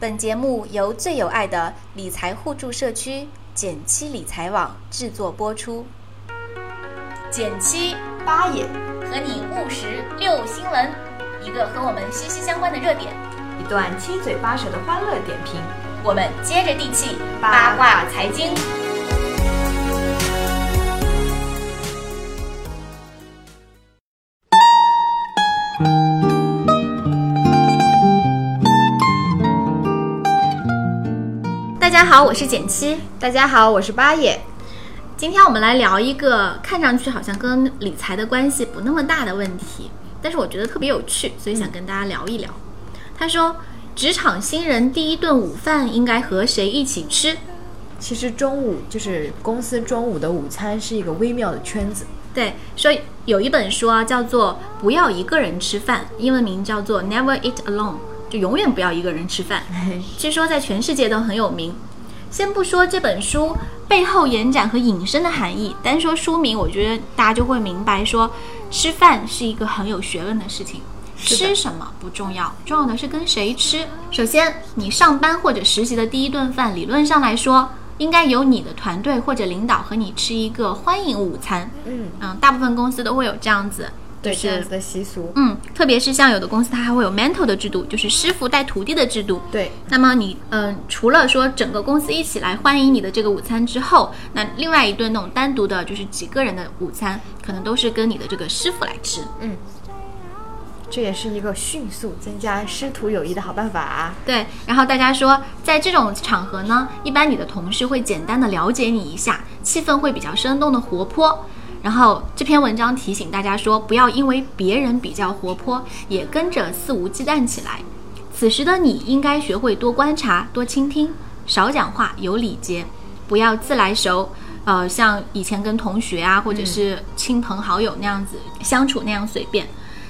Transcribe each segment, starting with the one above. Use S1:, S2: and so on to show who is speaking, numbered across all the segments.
S1: 本节目由最有爱的理财互助社区减七理财网制作播出。
S2: 减七
S3: 八也
S2: 和你务实六新闻，一个和我们息息相关的热点，
S3: 一段七嘴八舌的欢乐点评，
S2: 我们接着地气
S3: 八
S2: 八
S3: 卦
S2: 卦
S3: 财
S2: 财
S3: 经
S2: 经。大家好，我是减七。
S3: 大家好，我是八也。
S2: 今天我们来聊一个看上去好像跟理财的关系不那么大的问题，但是我觉得特别有趣，所
S3: 嗯
S2: 以想跟大家聊一聊。他说，职场新人第一顿午饭应该和谁一起吃？
S4: 其实中午就是公司中午的午餐是一个微妙的圈 子，
S2: 对，说有一本书啊，叫做《不要一个人吃饭》，英文名叫做《Never Eat Alone》，就永远不要一个人吃饭。
S4: 嗯
S2: 据说在全世界都很有名。先不说这本书背后延展和引申的含义，单说书名，我觉得大家就会明白说，吃饭是一个很有学问的事情。吃什么不重要，重要的是跟谁吃。首先，你上班或者实习的第一顿饭，理论上来说，应该由你的团队或者领导和你吃一个欢迎午餐。
S4: 嗯
S2: 嗯，大部分公司都会有这样子，
S4: 对
S2: 是
S4: 这样子的习俗，
S2: 嗯，特别是像有的公司它还会有 mentor 的制度，就是师傅带徒弟的制度。
S4: 对，
S2: 那么你，嗯、除了说整个公司一起来欢迎你的这个午餐之后，那另外一顿那种单独的，就是几个人的午餐，可能都是跟你的这个师傅来吃。
S4: 嗯这也是一个迅速增加师徒友谊的好办法、啊。
S2: 对，然后大家说，在这种场合呢，一般你的同事会简单的了解你一下，气氛会比较生动的活泼。然后这篇文章提醒大家说，不要因为别人比较活泼，也跟着肆无忌惮起来。此时的你应该学会多观察、多倾听，少讲话，有礼节，不要自来熟。呃，像以前跟同学啊，或者是亲朋好友那样子、相处那样随便。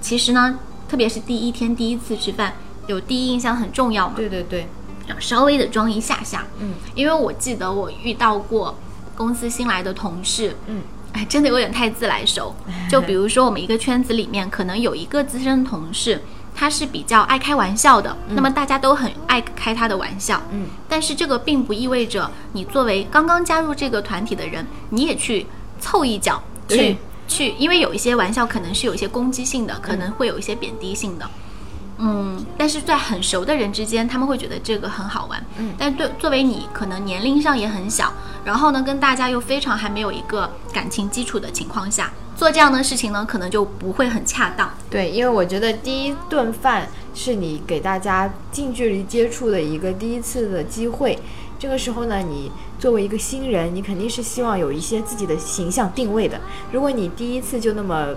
S2: 其实呢，特别是第一天第一次吃饭，有第一印象很重要嘛。
S4: 对对对，
S2: 要稍微的装一下下。
S4: 嗯，
S2: 因为我记得我遇到过公司新来的同事，
S4: 嗯，
S2: 哎，真的有点太自来熟。就比如说我们一个圈子里面，可能有一个资深同事，他是比较爱开玩笑的，那么大家都很爱开他的玩笑。
S4: 嗯，
S2: 但是这个并不意味着你作为刚刚加入这个团体的人，你也去凑一脚去
S4: 对。
S2: 去，因为有一些玩笑可能是有一些攻击性的，
S4: 嗯
S2: 可能会有一些贬低性的。嗯，但是在很熟的人之间，他们会觉得这个很好玩。
S4: 嗯
S2: 但对作为你，可能年龄上也很小，然后呢，跟大家又非常还没有一个感情基础的情况下，做这样的事情呢，可能就不会很恰当。
S4: 对，因为我觉得第一顿饭是你给大家近距离接触的一个第一次的机会。这个时候呢，你作为一个新人，你肯定是希望有一些自己的形象定位的。如果你第一次就那么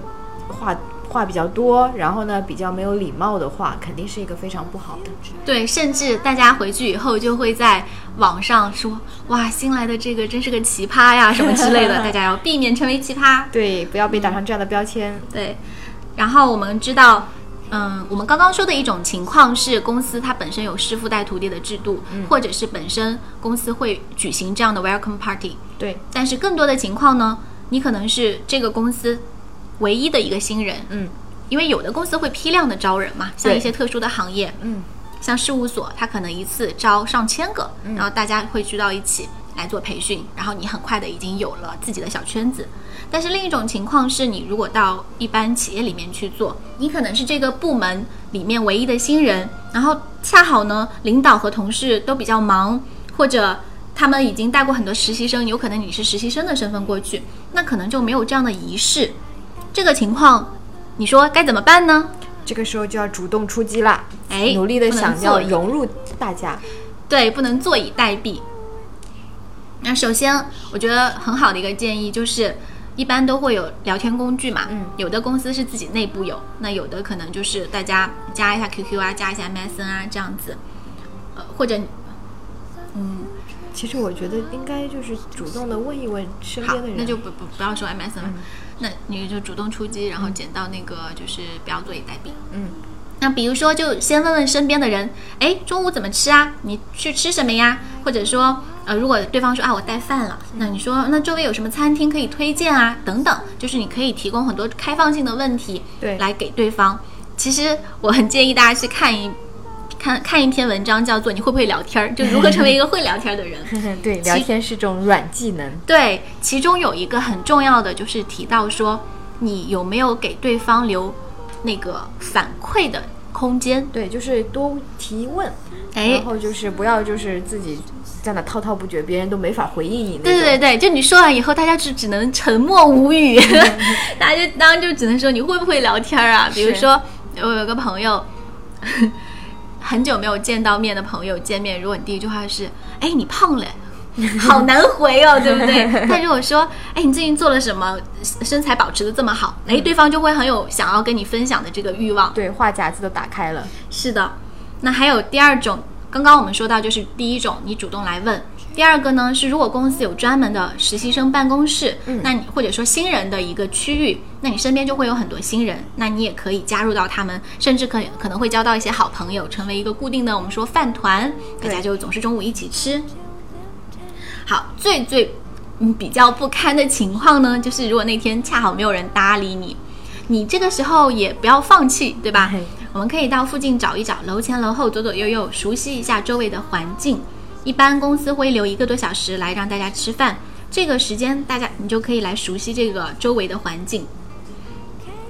S4: 话话比较多，然后呢比较没有礼貌的话，肯定是一个非常不好的。
S2: 对，甚至大家回去以后就会在网上说：“哇，新来的这个真是个奇葩呀，什么之类的。”大家要避免成为奇葩。
S4: 对，不要被打上这样的标签。
S2: 对，然后我们知道，嗯，我们刚刚说的一种情况是，公司它本身有师傅带徒弟的制度，或者是本身公司会举行这样的 welcome party。
S4: 对，
S2: 但是更多的情况呢，你可能是这个公司唯一的一个新人，
S4: 嗯，
S2: 因为有的公司会批量的招人嘛，像
S4: 对
S2: 一些特殊的行业，
S4: 嗯，
S2: 像事务所，它可能一次招上千个，
S4: 嗯
S2: 然后大家会聚到一起来做培训，然后你很快的已经有了自己的小圈子。但是另一种情况是你如果到一般企业里面去做，你可能是这个部门里面唯一的新人，然后恰好呢，领导和同事都比较忙，或者他们已经带过很多实习生，有可能你是实习生的身份过去，那可能就没有这样的仪式。这个情况，你说该怎么办呢？
S4: 这个时候就要主动出击啦，
S2: 哎
S4: 努力的
S2: 不能
S4: 想
S2: 坐
S4: 要
S2: 以
S4: 融入大家。
S2: 对，不能坐以待毙。那首先，我觉得很好的一个建议就是，一般都会有聊天工具嘛，
S4: 嗯
S2: 有的公司是自己内部有，那有的可能就是大家加一下 QQ 啊，加一下 MSN 啊这样子，呃，或者嗯
S4: 其实我觉得应该就是主动的问一问身
S2: 好
S4: 边的人，，
S2: 那就不不不要说 MSN，了、那你就主动出击，然后捡到那个就是不要坐以待毙。
S4: 嗯，
S2: 那比如说就先问问身边的人，哎，中午怎么吃啊？你去吃什么呀？或者说，呃，如果对方说啊我带饭了，
S4: 嗯
S2: 那你说那周围有什么餐厅可以推荐啊？等等，就是你可以提供很多开放性的问题，
S4: 对
S2: 来给对方。其实我很建议大家去看一看看一篇文章，叫做《你会不会聊天儿》，就如何成为一个会聊天儿的人。
S4: 对，聊天是种软技能。
S2: 对，其中有一个很重要的就是提到说，你有没有给对方留那个反馈的空间？
S4: 对，就是多提问，
S2: 哎
S4: 然后就是不要就是自己在那滔滔不绝，别人都没法回应你那种。
S2: 对对对，就你说完以后，大家只只能沉默无语，
S4: 嗯
S2: 大家就当然就只能说你会不会聊天儿啊？比如
S4: 是
S2: 说，我有个朋友，很久没有见到面的朋友见面，如果你第一句话是“哎，你胖了”。好难回哦，对不对？ 但如果说，哎，你最近做了什么，身材保持的这么好，哎，
S4: 嗯
S2: 对方就会很有想要跟你分享的这个欲望。
S4: 对话匣子都打开了。
S2: 是的，那还有第二种，刚刚我们说到就是第一种，你主动来问；第二个呢是，如果公司有专门的实习生办公室，那你或者说新人的一个区域，那你身边就会有很多新人，那你也可以加入到他们，甚至可以可能会交到一些好朋友，成为一个固定的我们说饭团，大家就总是中午一起吃。好，最最嗯比较不堪的情况呢，就是如果那天恰好没有人搭理你，你这个时候也不要放弃，对吧
S4: 嘿？
S2: 我们可以到附近找一找，楼前楼后，左左右右，熟悉一下周围的环境。一般公司会留一个多小时来让大家吃饭，这个时间大家你就可以来熟悉这个周围的环境。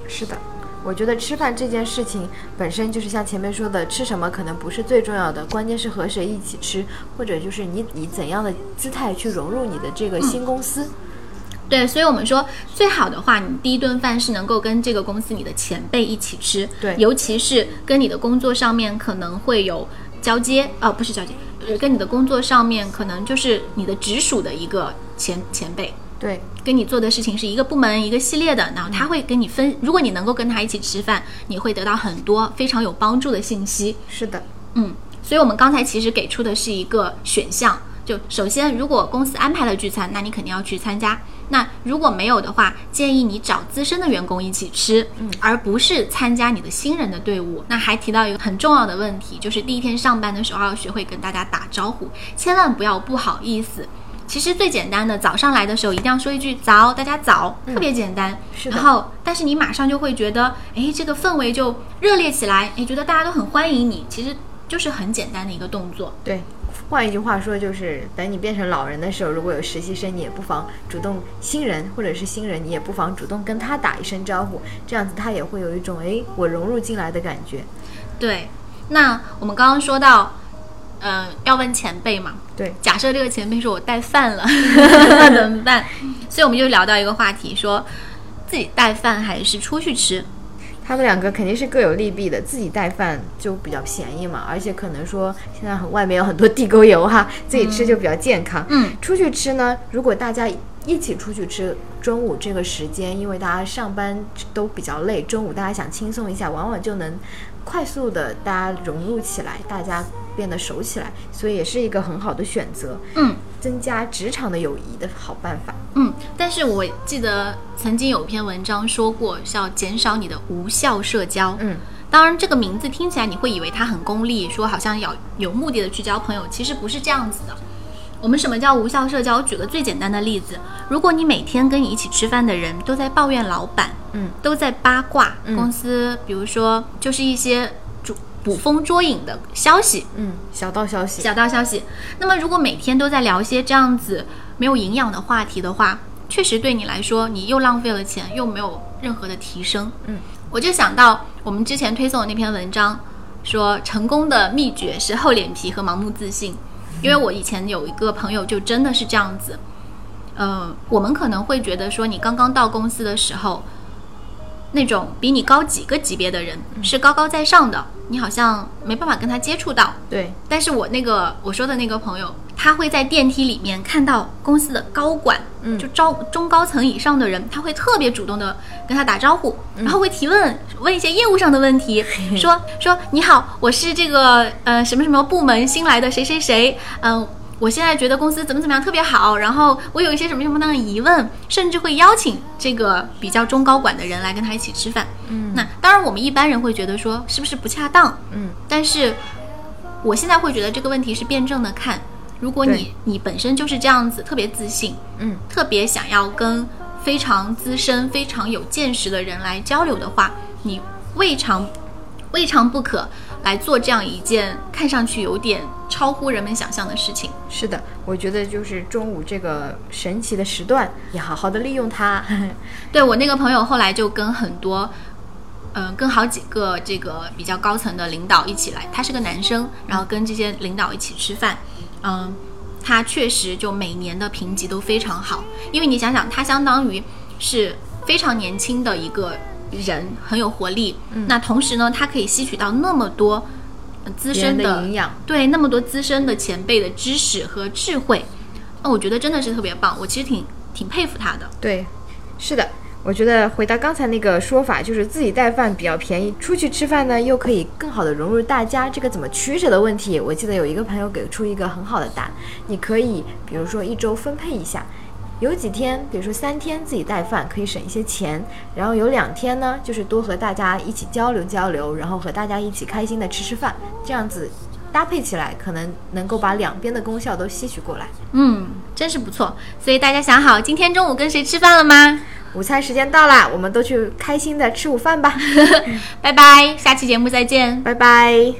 S4: 是的，我觉得吃饭这件事情本身就是像前面说的，吃什么可能不是最重要的，关键是和谁一起吃，或者就是你以怎样的姿态去融入你的这个新公司。
S2: 对，所以我们说最好的话，你第一顿饭是能够跟这个公司你的前辈一起吃，
S4: 对
S2: 尤其是跟你的工作上面可能会有交接，哦，不是交接，呃，跟你的工作上面可能就是你的直属的一个前前辈，
S4: 对，
S2: 跟你做的事情是一个部门一个系列的，然后他会跟你分，如果你能够跟他一起吃饭，你会得到很多非常有帮助的信息。
S4: 是的，
S2: 嗯，所以我们刚才其实给出的是一个选项，就首先如果公司安排了聚餐，那你肯定要去参加。那如果没有的话，建议你找资深的员工一起吃，嗯，而不是参加你的新人的队伍。那还提到一个很重要的问题，就是第一天上班的时候要学会跟大家打招呼，千万不要不好意思。其实最简单的，早上来的时候一定要说一句“早”，大家早，特别简单。
S4: 嗯是的
S2: 然后，但是你马上就会觉得，哎，这个氛围就热烈起来，哎，觉得大家都很欢迎你。其实就是很简单的一个动作。
S4: 对。换一句话说，就是等你变成老人的时候，如果有实习生，你也不妨主动新人或者是新人，你也不妨主动跟他打一声招呼，这样子他也会有一种哎我融入进来的感觉。
S2: 对，那我们刚刚说到，嗯、要问前辈嘛，
S4: 对，
S2: 假设这个前辈说我带饭 了，那怎么办？所以我们就聊到一个话题，说自己带饭还是出去吃？
S4: 他们两个肯定是各有利弊的，自己带饭就比较便宜嘛，而且可能说现在很外面有很多地沟油 哈，自己吃就比较健康。
S2: 嗯，
S4: 出去吃呢，如果大家一起出去吃，中午这个时间，因为大家上班都比较累，中午大家想轻松一下，往往就能快速的大家融入起来，大家变得熟起来，所以也是一个很好的选择，
S2: 嗯
S4: 增加职场的友谊的好办法。
S2: 嗯。但是我记得曾经有篇文章说过，是要减少你的无效社交。
S4: 嗯，
S2: 当然，这个名字听起来你会以为它很功利，说好像要有目的的去交朋友，其实不是这样子的。我们什么叫无效社交？我举个最简单的例子，如果你每天跟你一起吃饭的人都在抱怨老板，
S4: 嗯，
S2: 都在八卦、
S4: 嗯
S2: 公司，比如说就是一些主捕风捉影的消息，
S4: 嗯，小道消息，
S2: 小道消息。那么，如果每天都在聊一些这样子没有营养的话题的话，确实对你来说，你又浪费了钱，又没有任何的提升。
S4: 嗯，
S2: 我就想到我们之前推送的那篇文章，说成功的秘诀是厚脸皮和盲目自信。因为我以前有一个朋友，就真的是这样子。呃，我们可能会觉得说，你刚刚到公司的时候，那种比你高几个级别的人是高高在上的，你好像没办法跟他接触到。
S4: 对，
S2: 但是我那个我说的那个朋友，他会在电梯里面看到公司的高管，
S4: 嗯
S2: 就招中高层以上的人，他会特别主动的跟他打招呼，
S4: 嗯
S2: 然后会提问，问一些业务上的问 题，说说你好，我是这个呃什么什么部门新来的谁谁谁，嗯、我现在觉得公司怎么怎么样特别好，然后我有一些什么什么样的疑问，甚至会邀请这个比较中高管的人来跟他一起吃饭。
S4: 嗯
S2: 那当然，我们一般人会觉得说是不是不恰当？
S4: 嗯，
S2: 但是我现在会觉得这个问题是辩证的看。如果你你本身就是这样子，特别自信，
S4: 嗯，
S2: 特别想要跟非常资深、非常有见识的人来交流的话，你未尝未尝不可来做这样一件看上去有点超乎人们想象的事情。
S4: 是的，我觉得就是中午这个神奇的时段，也好好的利用它。
S2: 对我那个朋友后来就跟很多，嗯、跟好几个这个比较高层的领导一起来，他是个男生，然后跟这些领导一起吃饭，嗯、他确实就每年的评级都非常好，因为你想想，他相当于是非常年轻的一个人，很有活力，
S4: 嗯
S2: 那同时呢，他可以吸取到那么多呃资
S4: 别
S2: 深
S4: 人
S2: 的
S4: 的营养，
S2: 对那么多资深的前辈的知识和智慧，那我觉得真的是特别棒，我其实挺挺佩服他的。
S4: 对，是的，我觉得回答刚才那个说法，就是自己带饭比较便宜，出去吃饭呢又可以更好的融入大家，这个怎么取舍的问题，我记得有一个朋友给出一个很好的答案，你可以比如说一周分配一下。有几天，比如说三天自己带饭，可以省一些钱；然后有两天呢，就是多和大家一起交流交流，然后和大家一起开心的吃吃饭，这样子搭配起来，可能能够把两边的功效都吸取过来。
S2: 嗯，真是不错。所以大家想好今天中午跟谁吃饭了吗？
S4: 午餐时间到啦，我们都去开心的吃午饭吧。
S2: 拜拜，下期节目再见。
S4: 拜拜。